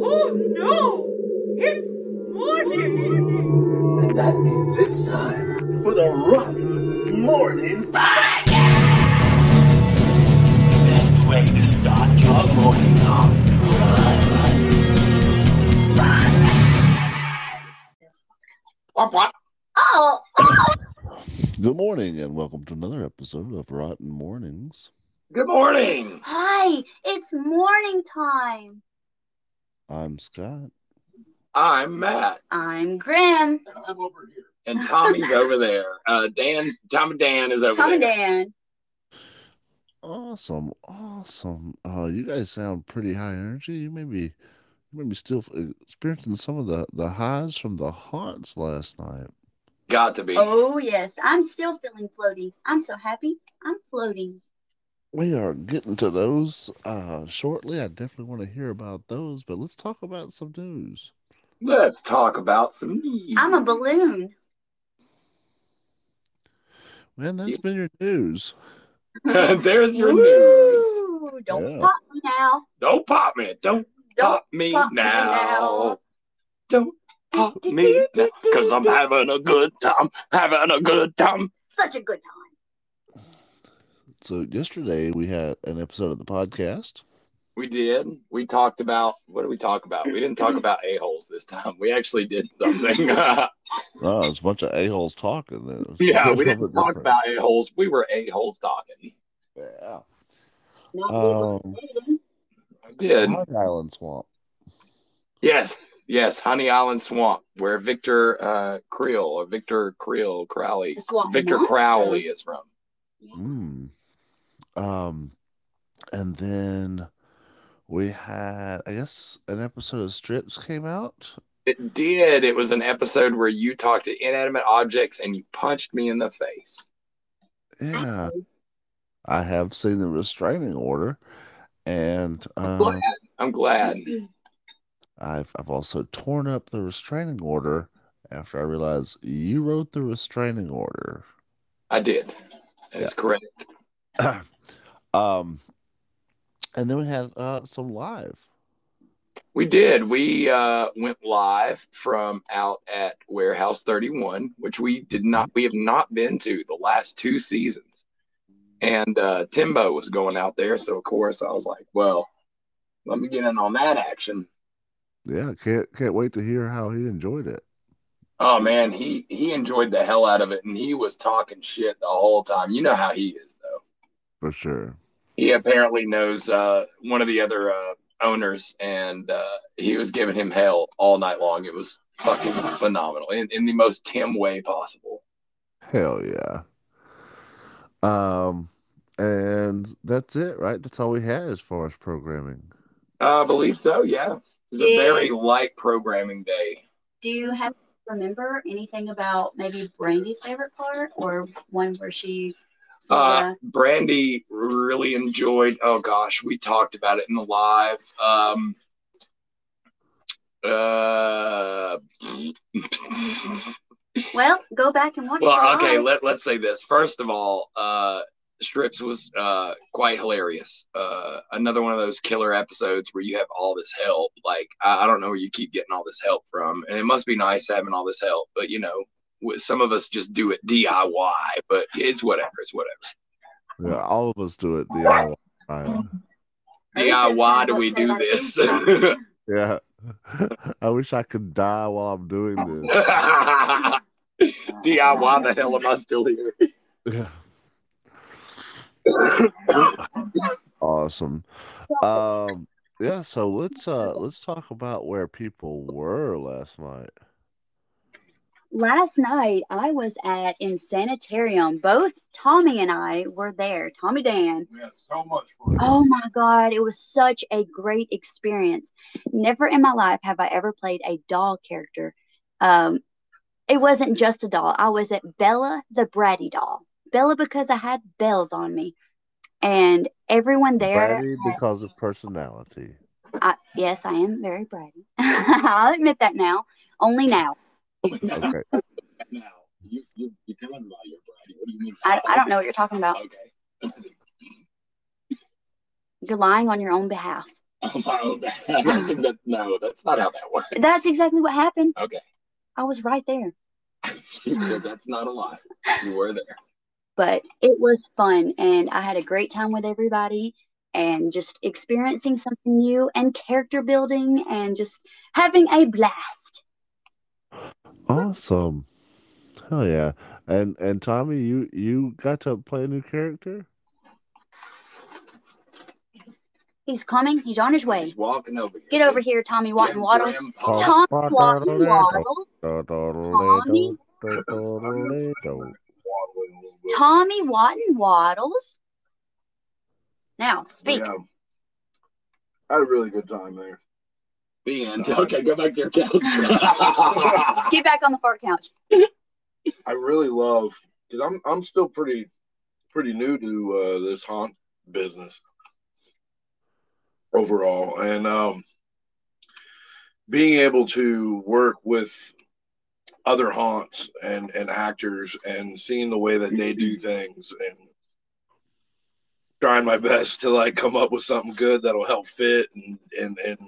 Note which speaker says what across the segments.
Speaker 1: Oh no! It's morning!
Speaker 2: And that means it's time for the Rotten Mornings Podcast! Best way to start your morning off.
Speaker 3: Oh,
Speaker 4: Good morning, and welcome to another episode of Rotten Mornings.
Speaker 5: Good morning.
Speaker 3: hi, it's morning time.
Speaker 4: I'm Scott.
Speaker 5: I'm Matt,
Speaker 3: I'm
Speaker 5: and
Speaker 3: Graham.
Speaker 5: I'm over here, and Tommy's over there. Uh, Dan, Tom and Dan is over
Speaker 3: Tom and
Speaker 5: there.
Speaker 3: Dan.
Speaker 4: Awesome, awesome. Uh, you guys sound pretty high energy. You may be, you may be still experiencing some of the the highs from the haunts last night.
Speaker 5: Got to be.
Speaker 3: Oh, yes, I'm still feeling floaty. I'm so happy. I'm floating.
Speaker 4: We are getting to those uh shortly. I definitely want to hear about those, but let's talk about some news.
Speaker 5: Let's talk about some news.
Speaker 3: I'm a balloon.
Speaker 4: Man, that's been your news.
Speaker 5: There's your news.
Speaker 3: Woo! Don't
Speaker 4: Yeah.
Speaker 3: pop me now.
Speaker 5: Don't pop me. Don't
Speaker 3: Don't
Speaker 5: pop me
Speaker 3: pop me now.
Speaker 5: now. Don't pop me now. Because I'm having a good time. Having a good time.
Speaker 3: Such a good time.
Speaker 4: So yesterday we had an episode of the podcast.
Speaker 5: We did. We talked about what did we talk about? We didn't talk about a-holes this time. We actually did something.
Speaker 4: Oh, it's a bunch of a-holes talking. It was
Speaker 5: yeah,
Speaker 4: a
Speaker 5: we
Speaker 4: little
Speaker 5: didn't
Speaker 4: bit
Speaker 5: talk
Speaker 4: different.
Speaker 5: about a-holes. We were a-holes talking.
Speaker 4: Yeah.
Speaker 3: Not
Speaker 4: Um,
Speaker 3: even-
Speaker 5: I did.
Speaker 4: Hog Island Swamp.
Speaker 5: Yes, yes, Honey Island Swamp, where Victor uh, Creel or Victor Creel Crowley,
Speaker 3: The swamp
Speaker 5: Victor
Speaker 3: monster.
Speaker 5: Crowley is from.
Speaker 4: Mm. Um, and then we had, I guess, an episode of Strips came out.
Speaker 5: It did. It was an episode where you talked to inanimate objects and you punched me in the face.
Speaker 4: Yeah, I have seen the restraining order, and
Speaker 5: I'm
Speaker 4: uh,
Speaker 5: glad. I'm glad.
Speaker 4: I've I've also torn up the restraining order after I realized you wrote the restraining order.
Speaker 5: I did. That is correct.
Speaker 4: Um, and then we had uh some live.
Speaker 5: We did. We uh, went live from out at Warehouse 31, which we did not, we have not been to the last two seasons. And uh, Timbo was going out there. So, of course, I was like, well, let me get in on that action.
Speaker 4: Yeah, can't can't wait to hear how he enjoyed it.
Speaker 5: Oh, man, he, he enjoyed the hell out of it. And he was talking shit the whole time. You know how he is, though.
Speaker 4: For sure.
Speaker 5: He apparently knows uh, one of the other uh, owners, and uh, he was giving him hell all night long. It was fucking phenomenal in, in the most Tim way possible.
Speaker 4: Hell yeah. Um, and that's it, right? That's all we had as far as programming.
Speaker 5: I believe so. Yeah, it was a
Speaker 3: Yeah.
Speaker 5: very light programming day.
Speaker 3: Do you have remember anything about maybe Brandy's favorite part or one where she
Speaker 5: Uh,
Speaker 3: saw
Speaker 5: Brandy really enjoyed. Oh gosh, we talked about it in the live. Um, uh,
Speaker 3: the- Well, go back and watch
Speaker 5: well,
Speaker 3: the
Speaker 5: okay.
Speaker 3: live.
Speaker 5: Let Let's say this. First of all, uh, Strips was uh, quite hilarious. Uh, another one of those killer episodes where you have all this help. Like I, I don't know where you keep getting all this help from, and it must be nice having all this help. But you know, with, some of us just do it DIY. But it's whatever. It's whatever.
Speaker 4: Yeah, all of us do it DIY. Right?
Speaker 5: DIY do we do this?
Speaker 4: Yeah. I wish I could die while I'm doing this.
Speaker 5: DIY the hell am I still here?
Speaker 4: Yeah. Awesome. Um, yeah, so let's uh let's talk about where people were last night.
Speaker 3: Last night I was at in sanitarium. Both Tommy and I were there. Tommy Dan.
Speaker 5: We had so much fun.
Speaker 3: Oh my god, it was such a great experience. Never in my life have I ever played a doll character. Um, it wasn't just a doll. I was at Bella the bratty doll. Bella because I had bells on me, and everyone there.
Speaker 4: Bratty because of personality.
Speaker 3: I, yes, I am very bratty. I'll admit that now. Only now.
Speaker 4: Okay.
Speaker 5: Now, you, you, you're telling me about your Brady. What do you mean?
Speaker 3: I, I don't know what you're talking about.
Speaker 5: Okay.
Speaker 3: You're lying on your own behalf.
Speaker 5: on my own back. I don't think that, no, that's not how that works.
Speaker 3: That's exactly what happened.
Speaker 5: okay.
Speaker 3: I was right there.
Speaker 5: that's not a lie. You were there.
Speaker 3: But it was fun and I had a great time with everybody and just experiencing something new and character building and just having a blast.
Speaker 4: Awesome. Hell yeah. And and Tommy, you you got to play a new character?
Speaker 3: He's coming, he's on his way.
Speaker 5: He's walking over here.
Speaker 3: Get over here, Tommy Watton
Speaker 5: Jim
Speaker 3: Waddles.
Speaker 5: Graham
Speaker 4: Oh.
Speaker 5: Potter.
Speaker 3: Tommy Watton Waddles. Tommy? Tommy Watton Waddles. Now, speak.
Speaker 6: Yeah. I had a really good time there.
Speaker 5: The end. Okay, go back to your couch.
Speaker 3: Get back on the fart couch.
Speaker 6: I really love because I'm I'm still pretty pretty new to uh, this haunt business overall, and um, being able to work with other haunts and and actors and seeing the way that they do things and trying my best to like come up with something good that'll help fit and and and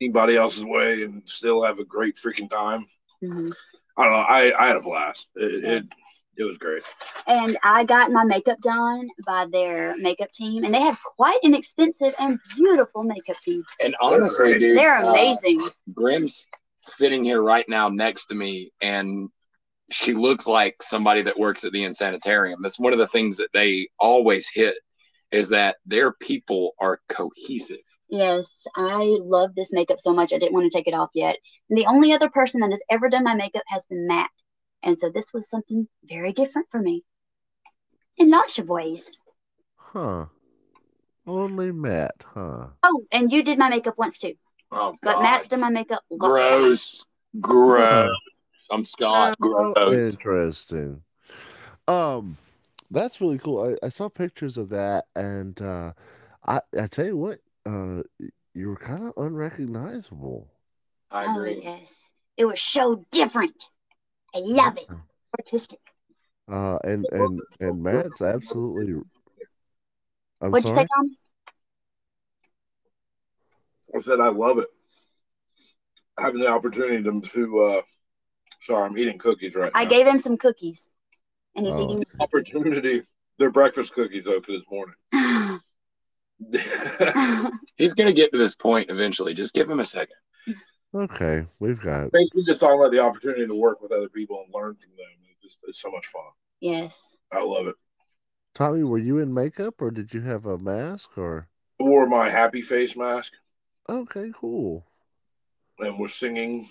Speaker 6: anybody else's way and still have a great freaking time.
Speaker 3: Mhm.
Speaker 6: I don't know. I, I had a blast. It,
Speaker 3: Yes.
Speaker 6: it it was great.
Speaker 3: And I got my makeup done by their makeup team, and they have quite an extensive and beautiful makeup team.
Speaker 5: and honestly, dude,
Speaker 3: They're
Speaker 5: uh,
Speaker 3: amazing.
Speaker 5: Grim's sitting here right now next to me, and she looks like somebody that works at the insanitarium. That's one of the things that they always hit is that their people are cohesive.
Speaker 3: yes, I love this makeup so much. I didn't want to take it off yet. And the only other person that has ever done my makeup has been Matt. And so this was something very different for me in lots of ways.
Speaker 4: Huh. Only Matt, huh?
Speaker 3: Oh, and you did my makeup once too,
Speaker 5: Oh,
Speaker 3: but Matt's done my makeup lots of times.
Speaker 5: gross, gross. I'm Scott.
Speaker 4: Oh,
Speaker 5: Gross.
Speaker 4: interesting. Um, that's really cool. I, I saw pictures of that, and uh, I I tell you what, uh, y- you were kind of unrecognizable.
Speaker 5: I
Speaker 3: Oh,
Speaker 5: agree.
Speaker 3: yes. It was so different. I love it. Artistic.
Speaker 4: Uh, and and and Matt's absolutely. I'm
Speaker 3: What'd you
Speaker 4: sorry.
Speaker 3: say, Tom?
Speaker 6: I said I love it. Having the opportunity to, to uh, sorry, I'm eating cookies right
Speaker 3: I
Speaker 6: now.
Speaker 3: gave him some cookies, and he's
Speaker 4: Oh,
Speaker 3: eating.
Speaker 4: it's-
Speaker 6: opportunity. They're breakfast cookies open this morning.
Speaker 5: He's gonna get to this point eventually. Just give him a second.
Speaker 4: okay, we've got
Speaker 6: Basically, just talking about the opportunity to work with other people and learn from them. It's just it's so much fun.
Speaker 3: yes.
Speaker 6: I love it.
Speaker 4: Tommy. Were you in makeup, or did you have a mask? Or
Speaker 6: I wore my happy face mask
Speaker 4: okay, cool.
Speaker 6: and was singing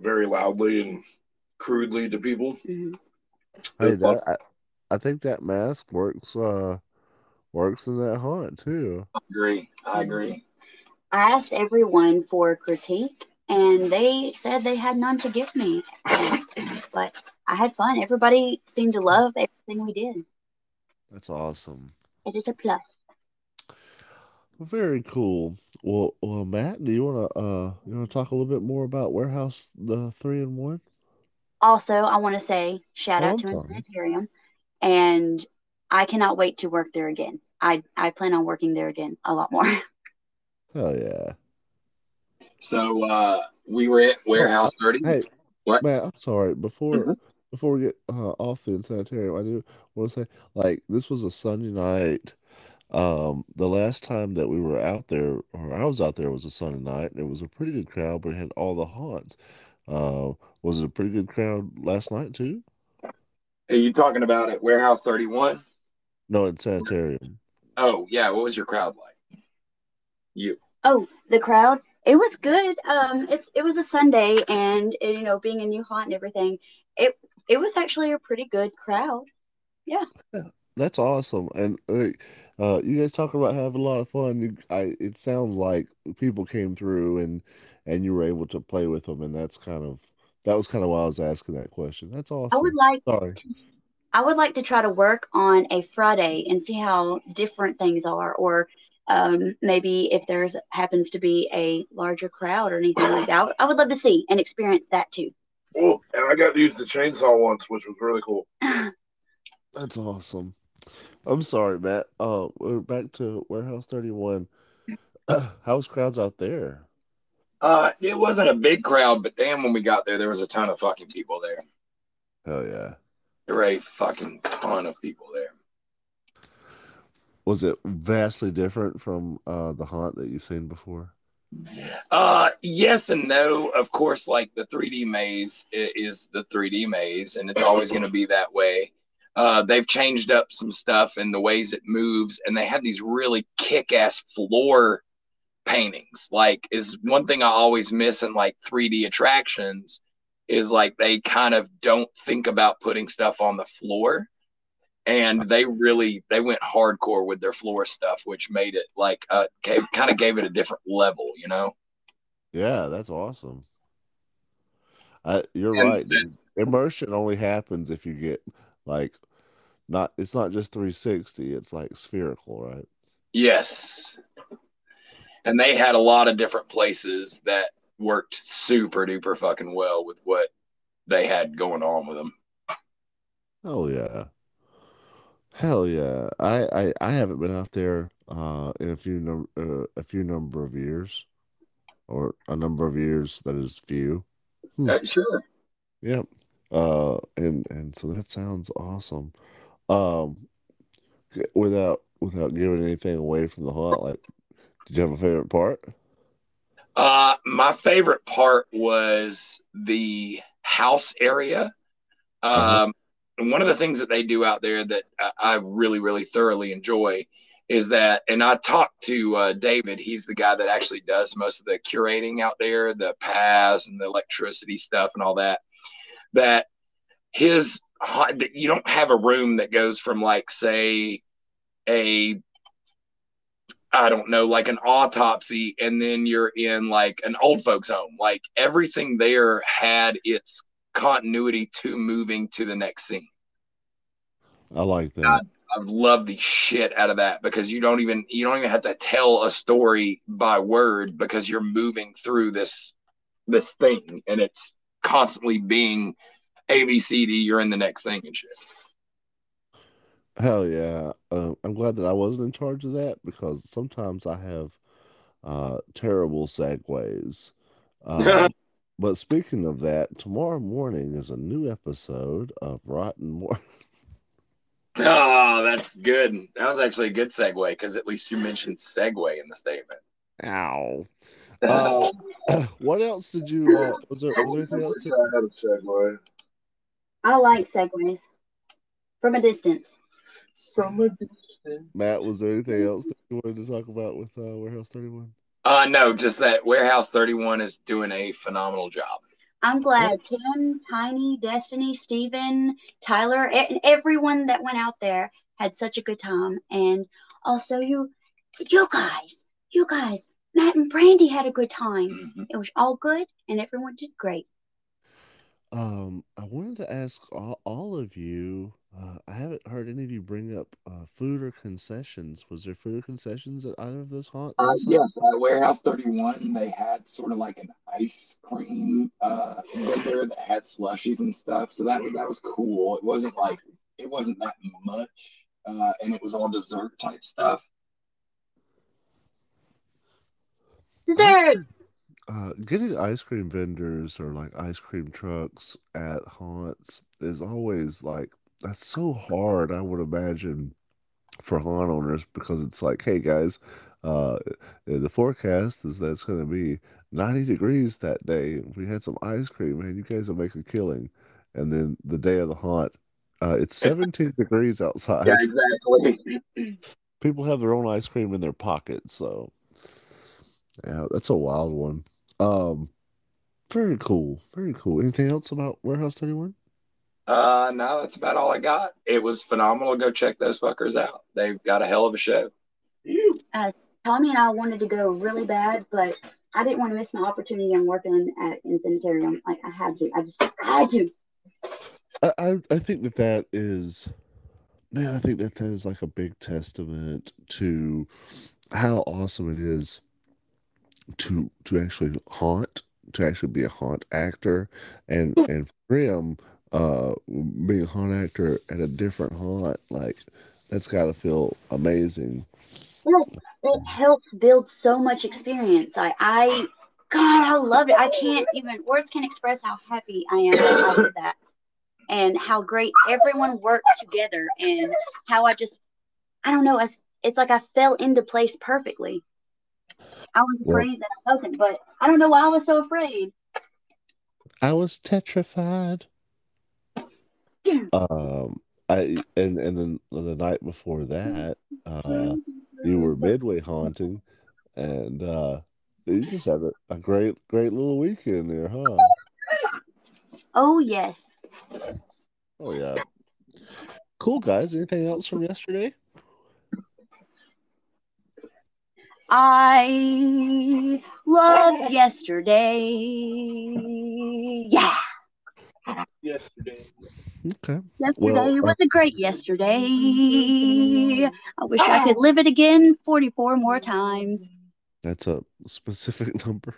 Speaker 6: very loudly and crudely to people.
Speaker 3: Mhm.
Speaker 4: Hey,
Speaker 6: It was
Speaker 4: that I, I think that mask works. Uh, works in that haunt too.
Speaker 5: I agree. I agree.
Speaker 3: I asked everyone for critique, and they said they had none to give me. But I had fun. Everybody seemed to love everything we did.
Speaker 4: That's awesome.
Speaker 3: It is a plus.
Speaker 4: Very cool. Well, well, Matt, do you wanna uh you wanna talk a little bit more about warehouse the three and one?
Speaker 3: Also, I want to say shout
Speaker 4: Oh,
Speaker 3: out
Speaker 4: I'm
Speaker 3: to
Speaker 4: sorry.
Speaker 3: Sanitarium, and I cannot wait to work there again. I, I plan on working there again a lot more.
Speaker 4: Hell yeah!
Speaker 5: So uh, we were at warehouse thirty.
Speaker 4: Hey,
Speaker 5: What?
Speaker 4: Matt, I'm sorry. Before
Speaker 5: Mhm.
Speaker 4: before we get uh, off the insanitarium, I do want to say like this was a Sunday night. Um, the last time that we were out there, or I was out there, was a Sunday night, and it was a pretty good crowd. But it had all the haunts. Uh, was it a pretty good crowd last night too?
Speaker 5: Are you talking about at warehouse thirty one?
Speaker 4: No, in sanitarium.
Speaker 5: Oh yeah. What was your crowd like? You.
Speaker 3: Oh, the crowd. It was good. Um, it's it was a Sunday, and uh, you know, being a new haunt and everything, it it was actually a pretty good crowd.
Speaker 4: That's awesome, and like, uh, you guys talking about having a lot of fun. You, I, it sounds like people came through and and you were able to play with them, and that's kind of that was kind of why I was asking that question. That's
Speaker 3: I would
Speaker 4: awesome.
Speaker 3: like
Speaker 4: Sorry.
Speaker 3: I would like to try to work on a Friday and see how different things are, or um, maybe if there's happens to be a larger crowd or anything like that. I would love to see and experience that too.
Speaker 6: cool. Oh, And I got to use the chainsaw once, which was really cool.
Speaker 4: That's awesome. I'm sorry, Matt. Uh, we're back to Warehouse 31. How was crowds out there?
Speaker 5: Uh, it wasn't a big crowd, but damn, when we got there, there was a ton of fucking people there.
Speaker 4: Hell yeah.
Speaker 5: There were a fucking ton of people there.
Speaker 4: Was it vastly different from uh, the haunt that you've seen before?
Speaker 5: Uh, yes and no. Of course, like the 3D maze i- is the 3D maze, and it's always going to be that way. Uh, they've changed up some stuff and the ways it moves, and they have these really kick ass floor paintings. Like, is one thing I always miss in like 3D attractions is like they kind of don't think about putting stuff on the floor and they really they went hardcore with their floor stuff which made it like uh kind of gave it a different level you know
Speaker 4: Yeah, that's awesome. I, you're
Speaker 5: And-
Speaker 4: right. dude. Immersion only happens if you get like not. It's not just 360. It's like spherical, right?
Speaker 5: yes and they had a lot of different places that worked super duper fucking well with what they had going on with them
Speaker 4: Hell yeah. Hell yeah. I I, I haven't been out there uh in a few num uh, a few number of years, or a number of years that is few. Hmm.
Speaker 5: Uh, sure
Speaker 4: Yep. Uh, and and so that sounds awesome. Um, g- without without giving anything away from the haunt, like, did you have a favorite part?
Speaker 5: uh my favorite part was the house area
Speaker 4: Uh-huh.
Speaker 5: Um, and one of the things that they do out there that I, I really, really thoroughly enjoy is that, and I talked to uh, David. He's the guy that actually does most of the curating out there, the paths and the electricity stuff and all that. That his that you don't have a room that goes from like say a I don't know, like an autopsy, and then you're in like an old folks home. Like everything there had its continuity to moving to the next scene.
Speaker 4: I like that.
Speaker 5: I love the shit out of that because you don't even you don't even have to tell a story by word because you're moving through this this thing and it's constantly being ABCD. You're in the next thing and shit.
Speaker 4: Hell yeah. Um, I'm glad that I wasn't in charge of that because sometimes I have uh terrible segues. Um, but speaking of that, tomorrow morning is a new episode of Rotten Mor
Speaker 5: Oh, that's good. That was actually a good segue because at least you mentioned segue in the statement.
Speaker 4: Ow. Uh, what else did you uh was there was there anything else to
Speaker 6: I had a segue.
Speaker 3: I like segues from a distance.
Speaker 6: From a distance.
Speaker 4: Matt, was there anything else that you wanted to talk about with uh, Warehouse 31?
Speaker 5: Uh, no, just that Warehouse 31 is doing a phenomenal job.
Speaker 3: I'm glad Tim, Tiny, Destiny, Steven, Tyler, e- and everyone that went out there had such a good time. And also you, you guys, you guys, Matt and Brandy had a good time.
Speaker 5: Mm-hmm.
Speaker 3: It was all good, and everyone did great.
Speaker 4: Um, I wanted to ask all, all of you. Uh, I haven't heard any of you bring up uh, food or concessions. Was there food or concessions at either of those haunts
Speaker 5: Uh,
Speaker 4: also?
Speaker 5: yeah, uh, Warehouse 31, they had sort of like an ice cream uh, vendor that had slushies and stuff. So that was that was cool. It wasn't like it wasn't that much, uh, and it was all dessert type stuff.
Speaker 4: Ice
Speaker 3: Dessert.
Speaker 4: cream. Uh, getting ice cream vendors or like ice cream trucks at haunts is always like that's so hard, I would imagine, for haunt owners because it's like, hey guys, uh, the forecast is that it's going to be 90 degrees that day. We had some ice cream, man. You guys will make a killing. And then the day of the haunt, uh, it's 17 degrees
Speaker 5: Yeah,
Speaker 4: outside.
Speaker 5: exactly.
Speaker 4: People have their own ice cream in their pockets, so yeah, that's a wild one. Um, very cool, very cool. Anything else about Warehouse 31?
Speaker 5: Uh, no, that's about all I got. It was phenomenal. Go check those fuckers out. They've got a hell of a show.
Speaker 3: Tommy and I wanted to go really bad, but I didn't want to miss my opportunity on working at in sanitarium. Like I had to. I just had to.
Speaker 4: I, I I think that that is Man, I think that that is like a big testament to how awesome it is to to actually haunt, to actually be a haunt actor, and and for him, uh, being a haunt actor at a different haunt, like that's got to feel amazing.
Speaker 3: it helped build so much experience. I, I, God, I loved it. I can't even words can express how happy I am that I did that, and how great everyone worked together, and how I just, I don't know, it's, it's like I fell into place perfectly. I was
Speaker 4: Well-
Speaker 3: afraid that I wasn't, but I don't know why I was so afraid.
Speaker 4: I was tetrified. Um, I and and then the night before that, uh, you were midway haunting, and uh, you just had a, a great great little weekend there, huh?
Speaker 3: Oh yes,
Speaker 4: Oh yeah, cool guys. Anything else from yesterday?
Speaker 3: I loved yesterday. Yeah,
Speaker 6: yesterday.
Speaker 4: Okay.
Speaker 3: yesterday
Speaker 4: Well, uh,
Speaker 3: was a great yesterday. I wish I could live it again 44 more times.
Speaker 4: That's a specific number.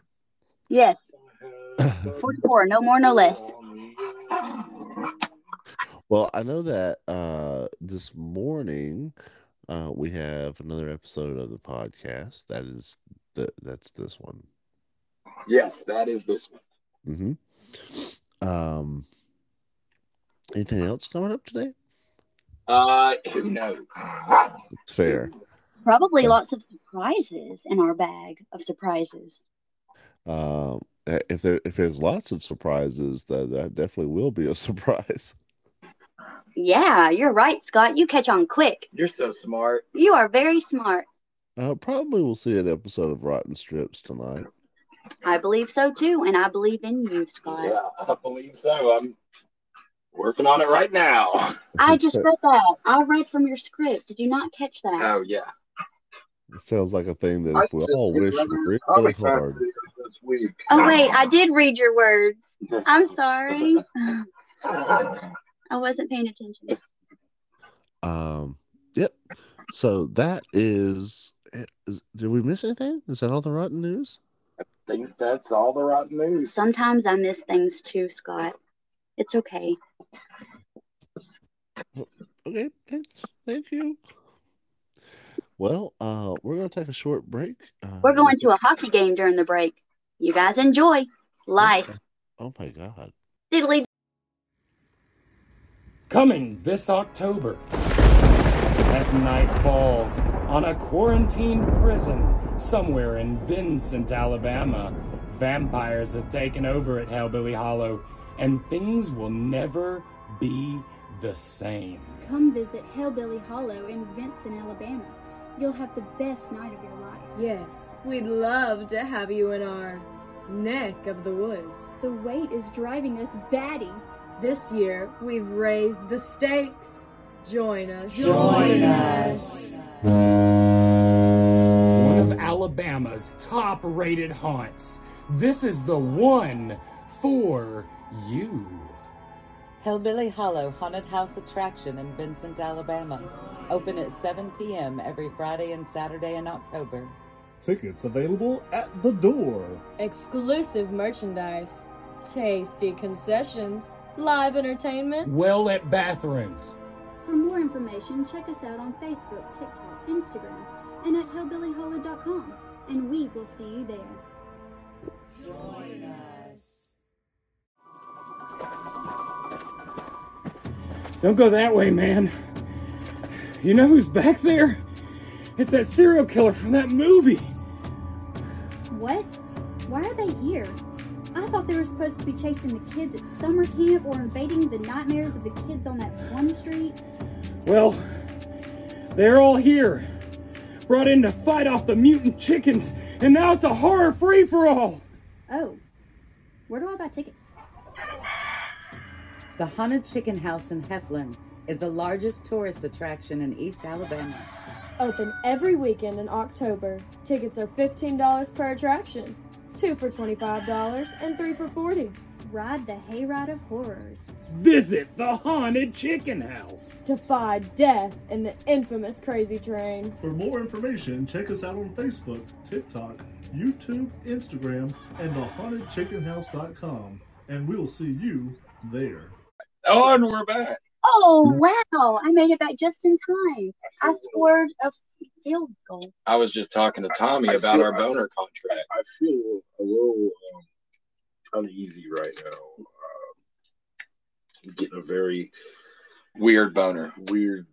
Speaker 3: Yes, 44, no more, no less.
Speaker 4: Well, I know that uh, this morning uh, we have another episode of the podcast. That is the that's this one.
Speaker 5: Yes, that is this one.
Speaker 4: hmm Um, anything else coming up today?
Speaker 5: Uh, who knows?
Speaker 4: It's fair.
Speaker 3: Probably
Speaker 4: Yeah.
Speaker 3: lots of surprises in our bag of surprises.
Speaker 4: Um, uh, if there if there's lots of surprises, that that definitely will be a surprise.
Speaker 3: Yeah, you're right, Scott. You catch on quick.
Speaker 5: You're so smart.
Speaker 3: You are very smart.
Speaker 4: Uh, probably we'll see an episode of Rotten Strips tonight.
Speaker 3: I believe so too, and I believe in you, Scott.
Speaker 5: Yeah, I believe so. I'm working on it right now.
Speaker 3: I just read that. I read from your script. Did you not catch that?
Speaker 5: Oh yeah.
Speaker 4: It sounds like a thing that if we all wish really, really hard.
Speaker 6: This week.
Speaker 3: Oh wait, I did read your words. I'm sorry. I wasn't paying attention.
Speaker 4: Um, yep. So that is, eh, is. Did we miss anything? Is that all the rotten news?
Speaker 5: think that's all the rotten news.
Speaker 3: Sometimes I miss things too, Scott. It's okay.
Speaker 4: Okay, thanks. Thank you. Well, uh, we're gonna take a short break. Uh,
Speaker 3: We're going to a hockey game during the break. You guys enjoy life.
Speaker 4: Oh my god.
Speaker 3: Diddly
Speaker 7: Coming this October, as night falls on a quarantined prison somewhere in Vincent, Alabama, vampires have taken over at Hellbilly Hollow, and things will never be the same.
Speaker 8: Come visit Hellbilly Hollow in Vinson, Alabama. You'll have the best night of your life.
Speaker 9: Yes, we'd love to have you in our neck of the woods.
Speaker 8: The wait is driving us batty.
Speaker 9: This year, we've raised the stakes. Join us.
Speaker 7: Join us. one of Alabama's top rated haunts. This is the one for you.
Speaker 10: Hellbilly Hollow Haunted House Attraction in Vincent, Alabama. Open at 7 p.m. every Friday and Saturday in October.
Speaker 11: Tickets available at the door.
Speaker 9: Exclusive merchandise, tasty concessions, live entertainment.
Speaker 7: Well lit bathrooms.
Speaker 8: For more information, check us out on Facebook, TikTok, Instagram, and at hellbillyhollow.com. And we will see you there.
Speaker 7: Don't go that way, man. You know who's back there? It's that serial killer from that movie.
Speaker 8: What? Why are they here? I thought they were supposed to be chasing the kids at summer camp or invading the nightmares of the kids on that one street.
Speaker 7: Well, they're all here. Brought in to fight off the mutant chickens, and now it's a horror free for all.
Speaker 8: Oh, where do I buy tickets?
Speaker 10: The Haunted Chicken House in Heflin is the largest tourist attraction in East Alabama.
Speaker 9: Open every weekend in October. Tickets are $15 per attraction, two for $25 and three for 40
Speaker 8: Ride the hayride of horrors.
Speaker 7: Visit the Haunted Chicken House.
Speaker 9: Defy death in the infamous crazy train.
Speaker 11: For more information, check us out on Facebook, TikTok, YouTube, Instagram, and thehauntedchickenhouse.com. And we'll see you there.
Speaker 6: Oh, and we're back.
Speaker 3: Oh wow! I made it back just in time. I scored a field goal.
Speaker 5: I was just talking to Tommy
Speaker 6: I
Speaker 5: about
Speaker 6: feel-
Speaker 5: our boner contract.
Speaker 6: I feel a little um, uneasy right now. Um, getting a very
Speaker 5: Weird boner.
Speaker 6: weird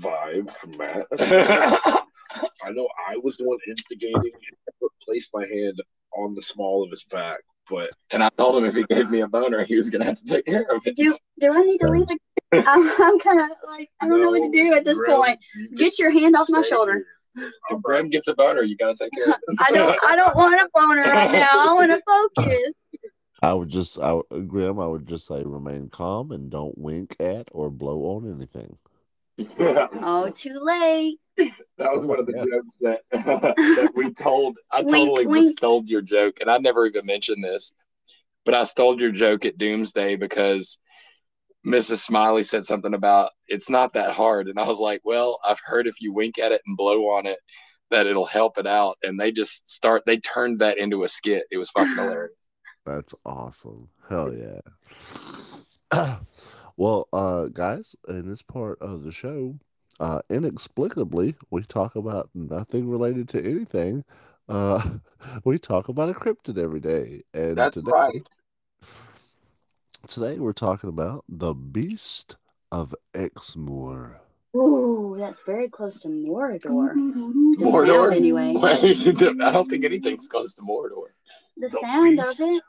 Speaker 6: vibe from Matt. I know I was the one instigating and placed my hand on the small of his back, but
Speaker 5: And I told him if he gave me a boner, he was gonna have to take care of it.
Speaker 3: Do do I need to leave? again? I'm, I'm kind of like I don't know what to do at this
Speaker 6: No,
Speaker 3: point.
Speaker 6: you can
Speaker 3: Get your hand off my
Speaker 6: stay
Speaker 3: shoulder.
Speaker 5: If Graham gets a boner, you gotta take care of it.
Speaker 3: I don't I don't want a boner right now. I want to focus.
Speaker 4: I would just, I would- Graham, I would just say remain calm and don't wink at or blow on anything.
Speaker 6: here.
Speaker 3: Oh, too late.
Speaker 5: That was one of the jokes that, that we told. I
Speaker 3: Wink,
Speaker 5: totally just
Speaker 3: wink.
Speaker 5: stole your joke, and I never even mentioned this, but I stole your joke at Doomsday because Mrs. Smiley said something about it's not that hard, and I was like, "Well, I've heard if you wink at it and blow on it, that it'll help it out." And they just start. They turned that into a skit. It was fucking hilarious.
Speaker 4: That's awesome. Hell yeah. well, uh, guys, in this part of the show, uh, inexplicably, we talk about nothing related to anything. Uh, we talk about a cryptid every day, and
Speaker 5: That's
Speaker 4: today,
Speaker 5: right.
Speaker 4: today we're talking about the Beast of Exmoor.
Speaker 3: Ooh, that's very close to Morador. The
Speaker 5: Mordor,
Speaker 3: sound, anyway.
Speaker 5: Wait, I don't think anything's close to Mordor.
Speaker 3: The sound of it.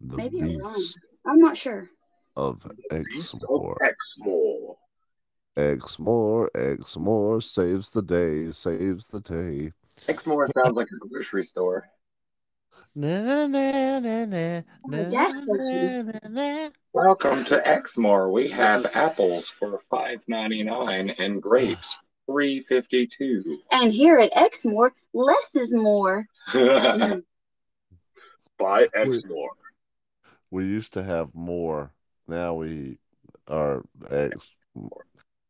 Speaker 4: The
Speaker 3: Maybe I'm wrong.
Speaker 4: Beast
Speaker 3: I'm not sure.
Speaker 4: of Exmoor.
Speaker 6: Exmoor.
Speaker 4: Exmoor, Exmoor saves the day, saves the day.
Speaker 5: Exmoor sounds like a grocery store.
Speaker 4: Na, na, na, na, na,
Speaker 3: that's so
Speaker 4: na, na, na.
Speaker 5: Welcome to Exmoor. We have apples for five ninety nine and grapes three fifty two.
Speaker 3: And here at Exmoor, less is more.
Speaker 5: That's
Speaker 3: Mm.
Speaker 6: By Exmoor.
Speaker 4: We used to have more. Now we are X.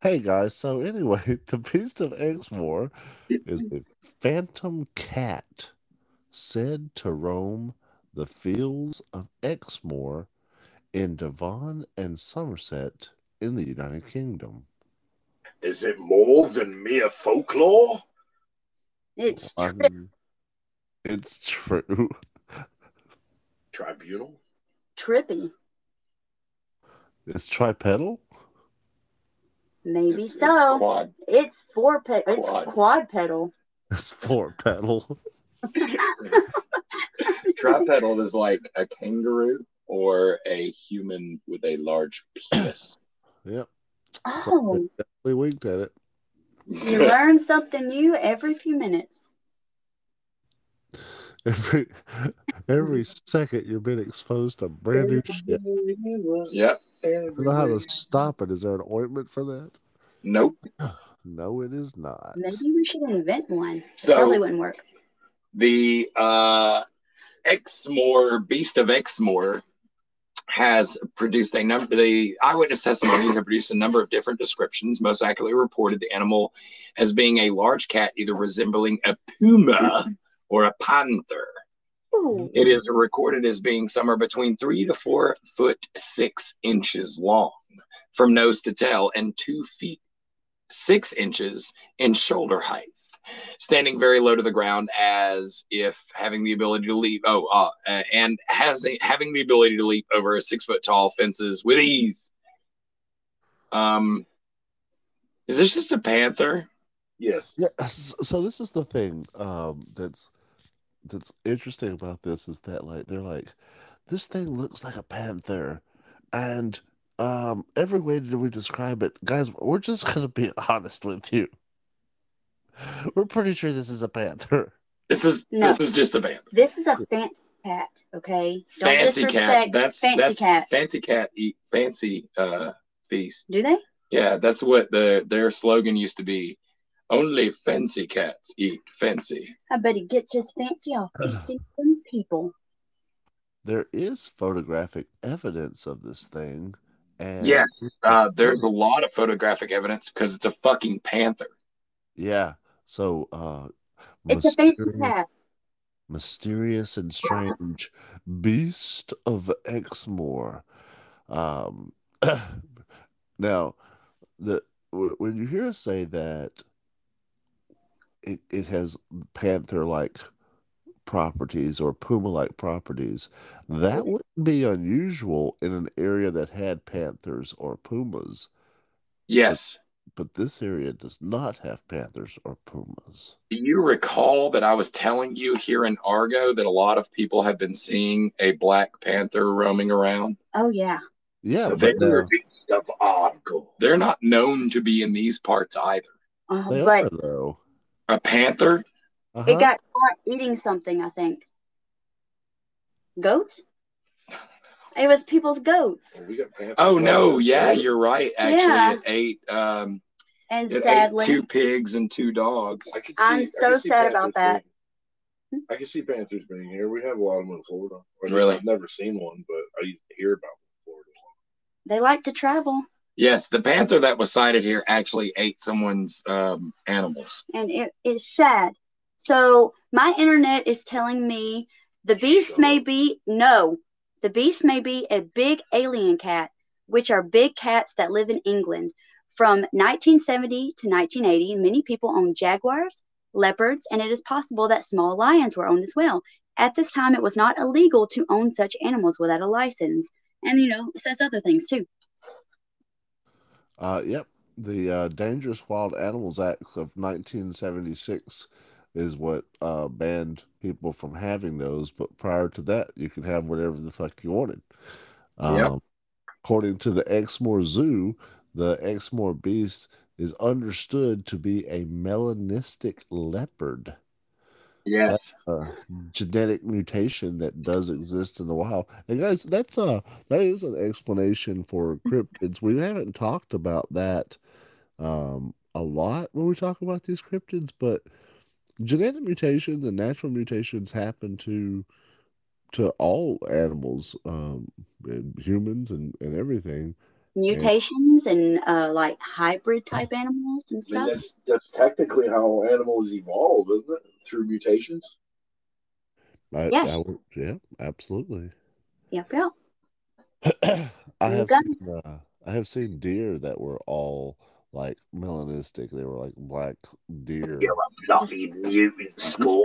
Speaker 4: Hey guys, so anyway, the Beast of Exmoor is a phantom cat said to roam the fields of Exmoor in Devon and Somerset in the United Kingdom.
Speaker 6: Is it more than mere folklore?
Speaker 3: It's
Speaker 4: I
Speaker 3: true.
Speaker 4: mean, it's true.
Speaker 6: Tribunal?
Speaker 3: trippy.
Speaker 4: It's tripedal.
Speaker 3: Maybe
Speaker 5: It's- it's
Speaker 3: so.
Speaker 5: quad.
Speaker 3: It's four pe- It's
Speaker 5: quad.
Speaker 3: quad pedal.
Speaker 4: It's four pedal.
Speaker 5: Tripedal is like a kangaroo or a human with a large penis.
Speaker 4: Yep.
Speaker 3: Oh,
Speaker 4: So we winked at it.
Speaker 3: you learn something new every few minutes.
Speaker 4: Every every second you've been exposed to brand new shit.
Speaker 5: yep.
Speaker 4: You know how to stop it. Is there an ointment for that?
Speaker 5: Nope.
Speaker 4: No, it is not.
Speaker 3: Maybe we should invent one.
Speaker 5: So-
Speaker 3: Probably wouldn't work.
Speaker 5: the uh, Exmoor Beast of Exmoor has produced a number. The eyewitness testimonies have produced a number of different descriptions. Most accurately reported the animal as being a large cat, either resembling a puma or a panther.
Speaker 3: Ooh,
Speaker 5: It is recorded as being somewhere between three to four foot six inches long from nose to tail and two feet six inches in shoulder height, standing very low to the ground as if having the ability to leap. Oh, uh, and has having the ability to leap over six foot tall fences with ease. Um, is this just a panther?
Speaker 6: Yes.
Speaker 4: Yeah. s- So this is the thing um, that's that's interesting about this is that like they're like, this thing looks like a panther, and um, every way that we describe it, guys, we're just gonna be honest with you. We're pretty sure this is a panther.
Speaker 5: This is
Speaker 3: No.
Speaker 5: this is just a panther.
Speaker 3: this is a fancy cat. Okay, don't
Speaker 5: fancy cat.
Speaker 3: disrespect
Speaker 5: That's
Speaker 3: fancy
Speaker 5: that's
Speaker 3: cat.
Speaker 5: fancy cat eat fancy uh feast.
Speaker 3: Do they?
Speaker 5: Yeah, that's what the their slogan used to be. Only fancy cats eat fancy.
Speaker 3: I bet he gets his fancy off feasting some people.
Speaker 4: There is photographic evidence of this thing, and
Speaker 5: Yes, Uh, there's a lot of photographic evidence because it's a fucking panther.
Speaker 4: yeah. So uh,
Speaker 3: It's a fancy
Speaker 4: mysterious-
Speaker 3: cat.
Speaker 4: mysterious and strange beast of Exmoor um, Now, the wh- when you hear us say that, it, it has panther like properties or puma like properties, that wouldn't be unusual in an area that had panthers or pumas.
Speaker 5: Yes.
Speaker 4: But this area does not have panthers or pumas.
Speaker 5: Do you recall that I was telling you here in Argo that a lot of people have been seeing a black panther roaming around?
Speaker 3: Oh yeah.
Speaker 4: Yeah,
Speaker 5: So
Speaker 4: but uh,
Speaker 5: they
Speaker 4: now
Speaker 5: were beasts of Argo. They're not known to be in these parts either.
Speaker 3: Uh,
Speaker 4: they
Speaker 3: but
Speaker 4: are though.
Speaker 5: A panther?
Speaker 4: Uh-huh.
Speaker 3: it got caught eating something, I think. Goats? It was people's goats.
Speaker 6: We got Panthers
Speaker 5: Oh no,
Speaker 6: out
Speaker 5: yeah,
Speaker 6: there.
Speaker 5: you're right. Actually,
Speaker 3: Yeah.
Speaker 5: it ate um
Speaker 3: And
Speaker 5: it
Speaker 3: sadly,
Speaker 5: ate two pigs and two dogs.
Speaker 6: I could
Speaker 3: I'm
Speaker 6: see- I
Speaker 3: so
Speaker 6: could see
Speaker 3: sad about
Speaker 6: Panthers being- I can see Panthers being here. We have a lot of them in Florida. Or at least
Speaker 5: Really?
Speaker 6: I've never seen one, but I used to hear about them in Florida.
Speaker 3: they like to travel.
Speaker 5: Yes, the panther that was sighted here actually ate someone's um animals.
Speaker 3: and it, it's sad. So my internet is telling me the beast may be no, the beast may be a big alien cat, which are big cats that live in England. From 1970 to 1980, many people owned jaguars, leopards, and it is possible that small lions were owned as well. At this time, it was not illegal to own such animals without a license. And, you know, it says other things too.
Speaker 4: Uh, yep. The uh, Dangerous Wild Animals Acts of 1976 is what uh, banned people from having those. But prior to that, you could have whatever the fuck you wanted.
Speaker 5: Yep.
Speaker 4: Um, according to the Exmoor Zoo, the Exmoor beast is understood to be a melanistic leopard.
Speaker 5: Yes.
Speaker 4: a genetic mutation that does exist in the wild. And guys, that's a that is an explanation for cryptids. We haven't talked about that um a lot when we talk about these cryptids, but genetic mutations and natural mutations happen to to all animals, um and humans and, and everything.
Speaker 3: Mutations and uh, like hybrid type animals and
Speaker 6: I mean,
Speaker 3: stuff.
Speaker 6: that's that's technically how animals evolve, isn't it? Through mutations.
Speaker 4: I,
Speaker 3: Yeah.
Speaker 4: I would- yeah, absolutely.
Speaker 3: Yep, yep.
Speaker 4: I
Speaker 3: you
Speaker 4: have
Speaker 3: go.
Speaker 4: seen uh, I have seen deer that were all like melanistic. They were like black deer.
Speaker 2: Fluffy mutant skull.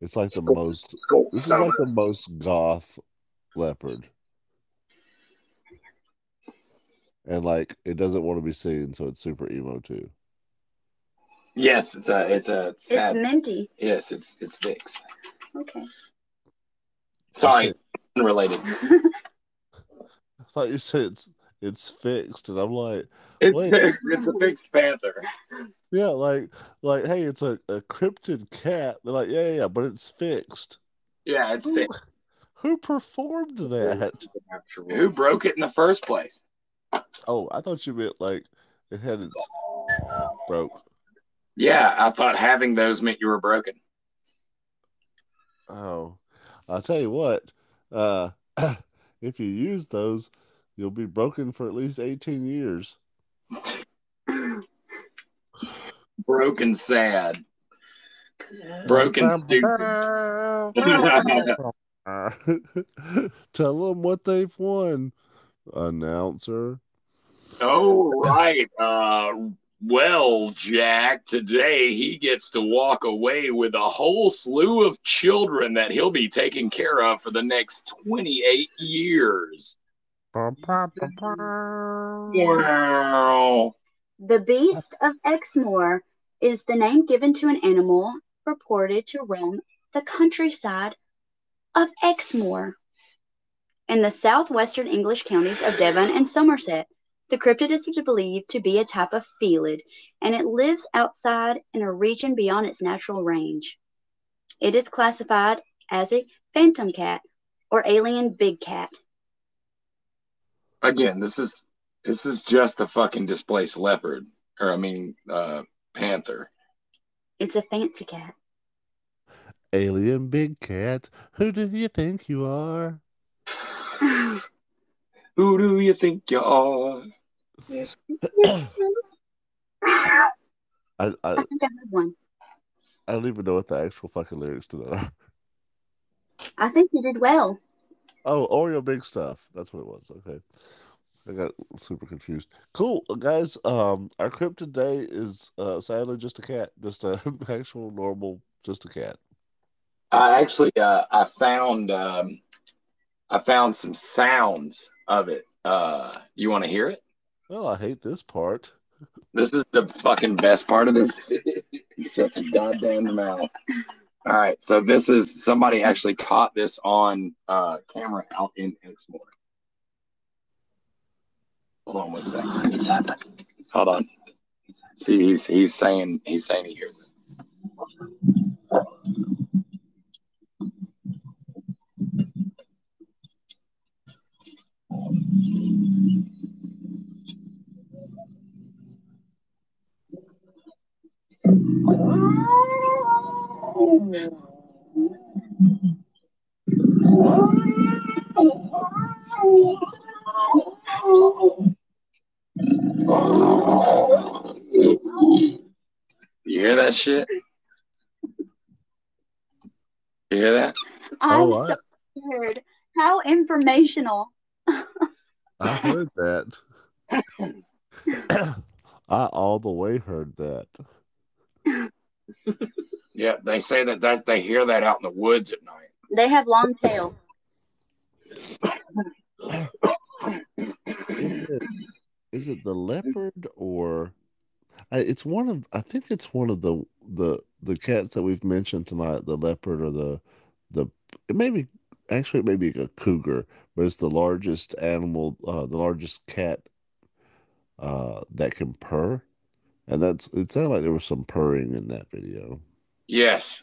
Speaker 4: It's like the
Speaker 2: Skull-
Speaker 4: most
Speaker 2: skull
Speaker 4: this is
Speaker 2: summer.
Speaker 4: like the most goth leopard. And like it doesn't want to be seen, so it's super emo too.
Speaker 5: Yes, it's a it's a
Speaker 3: It's
Speaker 5: sad.
Speaker 3: minty.
Speaker 5: yes, it's it's Vix.
Speaker 3: Okay.
Speaker 5: Sorry, unrelated.
Speaker 4: I thought you said it's it's fixed, and I'm like,
Speaker 5: It's,
Speaker 4: Wait.
Speaker 5: it's a fixed panther.
Speaker 4: yeah, like like hey, it's a, a cryptid cat. They're like, yeah, yeah, yeah, but it's fixed.
Speaker 5: Yeah, it's
Speaker 4: Who,
Speaker 5: fixed.
Speaker 4: who performed that?
Speaker 5: Who broke it in the first place?
Speaker 4: Oh, I thought you meant like it had its broke.
Speaker 5: Yeah, I thought having those meant you were broken.
Speaker 4: Oh, I'll tell you what. Uh, if you use those, you'll be broken for at least eighteen years.
Speaker 5: Broken sad. Broken stupid.
Speaker 4: Tell them what they've won, announcer.
Speaker 5: Oh, right. Uh, well, Jack, today he gets to walk away with a whole slew of children that he'll be taking care of for the next 28 years. Wow.
Speaker 3: The Beast of Exmoor is the name given to an animal reported to roam the countryside of Exmoor in the southwestern English counties of Devon and Somerset. The cryptid is believed to be a type of felid, and it lives outside in a region beyond its natural range. It is classified as a phantom cat or alien big cat.
Speaker 5: Again, this is this is just a fucking displaced leopard, or I mean, uh, panther.
Speaker 3: It's a fancy cat.
Speaker 4: Alien big cat, who do you think you are?
Speaker 5: Who do you think you are?
Speaker 4: I,
Speaker 3: I
Speaker 4: I I
Speaker 3: think I heard one.
Speaker 4: don't even know what the actual fucking lyrics to that are.
Speaker 3: I think you did well.
Speaker 4: Oh, Oreo big stuff. That's what it was. Okay. I got super confused. Cool, guys. Um, our crypt today is uh, sadly just a cat, just a actual normal, just a cat.
Speaker 5: I actually uh, I found um, I found some sounds of it. Uh, you want to hear it?
Speaker 4: Well, I hate this part.
Speaker 5: This is the fucking best part of this. Shut your goddamn mouth. All right, so this is somebody actually caught this on uh, camera out in Exmoor. Hold on one second. It's happening. Hold on. See, he's he's saying he's saying he hears it. You hear that shit? You hear that?
Speaker 3: I'm
Speaker 4: Oh, I-
Speaker 3: so scared. How informational.
Speaker 4: I heard that. I all the way heard that.
Speaker 5: Yeah, they say that, that they hear that out in the woods at night.
Speaker 3: They have long tail.
Speaker 4: Is it is it the leopard or I, it's one of I think it's one of the the the cats that we've mentioned tonight, the leopard or the the it may be actually it may be a cougar, but it's the largest animal, uh, the largest cat uh that can purr. And that's it sounded like there was some purring in that video.
Speaker 5: Yes.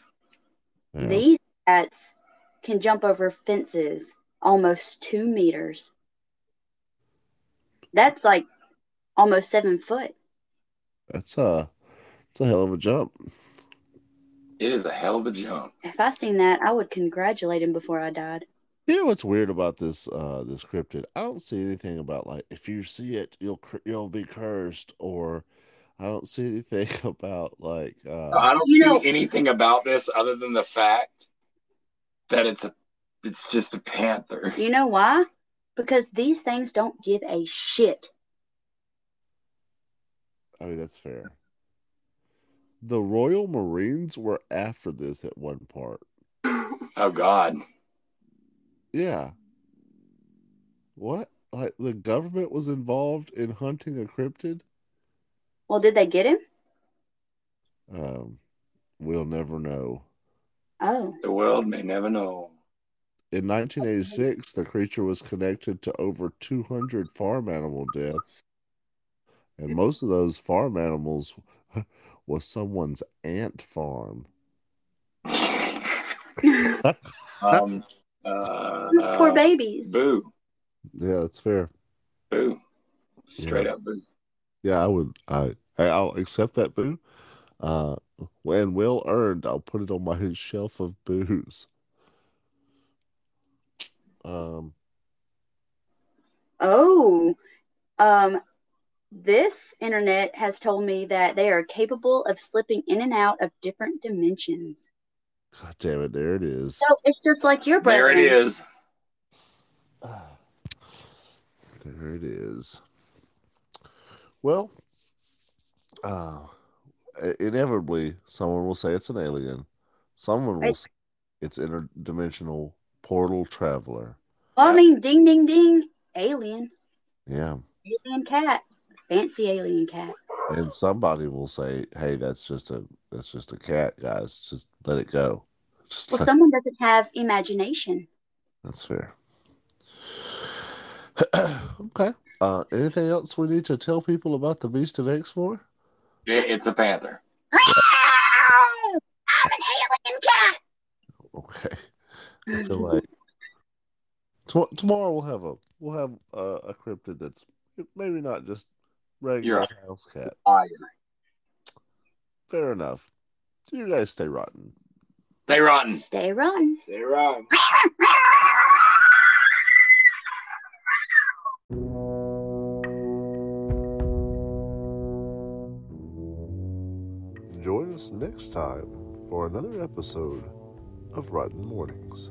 Speaker 4: Yeah.
Speaker 3: These cats can jump over fences almost two meters. That's like almost seven foot.
Speaker 4: That's a it's a hell of a jump.
Speaker 5: It is a hell of a jump.
Speaker 3: If I seen that, I would congratulate him before I died.
Speaker 4: You know what's weird about this uh this cryptid? I don't see anything about like if you see it, you'll cur- you'll be cursed, or I don't see anything about like uh
Speaker 5: I don't know anything about this other than the fact that it's a it's just a panther.
Speaker 3: You know why? Because these things don't give a shit.
Speaker 4: I mean that's fair. The Royal Marines were after this at one part.
Speaker 5: Oh God.
Speaker 4: Yeah. What? Like the government was involved in hunting a cryptid?
Speaker 3: Well, did they get him?
Speaker 4: Um, we'll never know.
Speaker 3: Oh,
Speaker 5: The world may never know.
Speaker 4: In 1986, the creature was connected to over 200 farm animal deaths, and most of those farm animals was someone's ant farm.
Speaker 5: Um uh,
Speaker 3: those poor
Speaker 5: uh,
Speaker 3: babies.
Speaker 5: Boo.
Speaker 4: Yeah, that's fair.
Speaker 5: Boo. Straight up boo.
Speaker 4: Yeah, I would. I I- I'll accept that boo. Uh, when well earned, I'll put it on my shelf of boos. Um,
Speaker 3: Oh, um, this internet has told me that they are capable of slipping in and out of different dimensions.
Speaker 4: God damn it, there it is.
Speaker 3: So it's just like your brother.
Speaker 5: There it is.
Speaker 4: There it is. Well, uh, i- inevitably, someone will say it's an alien. Someone will
Speaker 3: Right.
Speaker 4: say it's interdimensional portal traveler.
Speaker 3: Well, I mean, ding, ding, ding, alien,
Speaker 4: Yeah.
Speaker 3: alien cat, fancy alien cat.
Speaker 4: And somebody will say, "Hey, that's just a that's just a cat, guys. Just let it go." Just
Speaker 3: Well,
Speaker 4: let-
Speaker 3: someone doesn't have imagination.
Speaker 4: that's fair. okay. Uh, anything else we need to tell people about the Beast of Exmoor?
Speaker 5: It- it's a panther.
Speaker 3: I'm an alien cat.
Speaker 4: Okay. I feel like to- tomorrow we'll have a we'll have a, a cryptid that's maybe not just regular
Speaker 5: You're
Speaker 4: house cat.
Speaker 5: Liar.
Speaker 4: Fair enough. You guys stay rotten.
Speaker 5: They rotten.
Speaker 3: Stay rotten.
Speaker 5: They rotten.
Speaker 4: Join us next time for another episode of Rotten Mornings.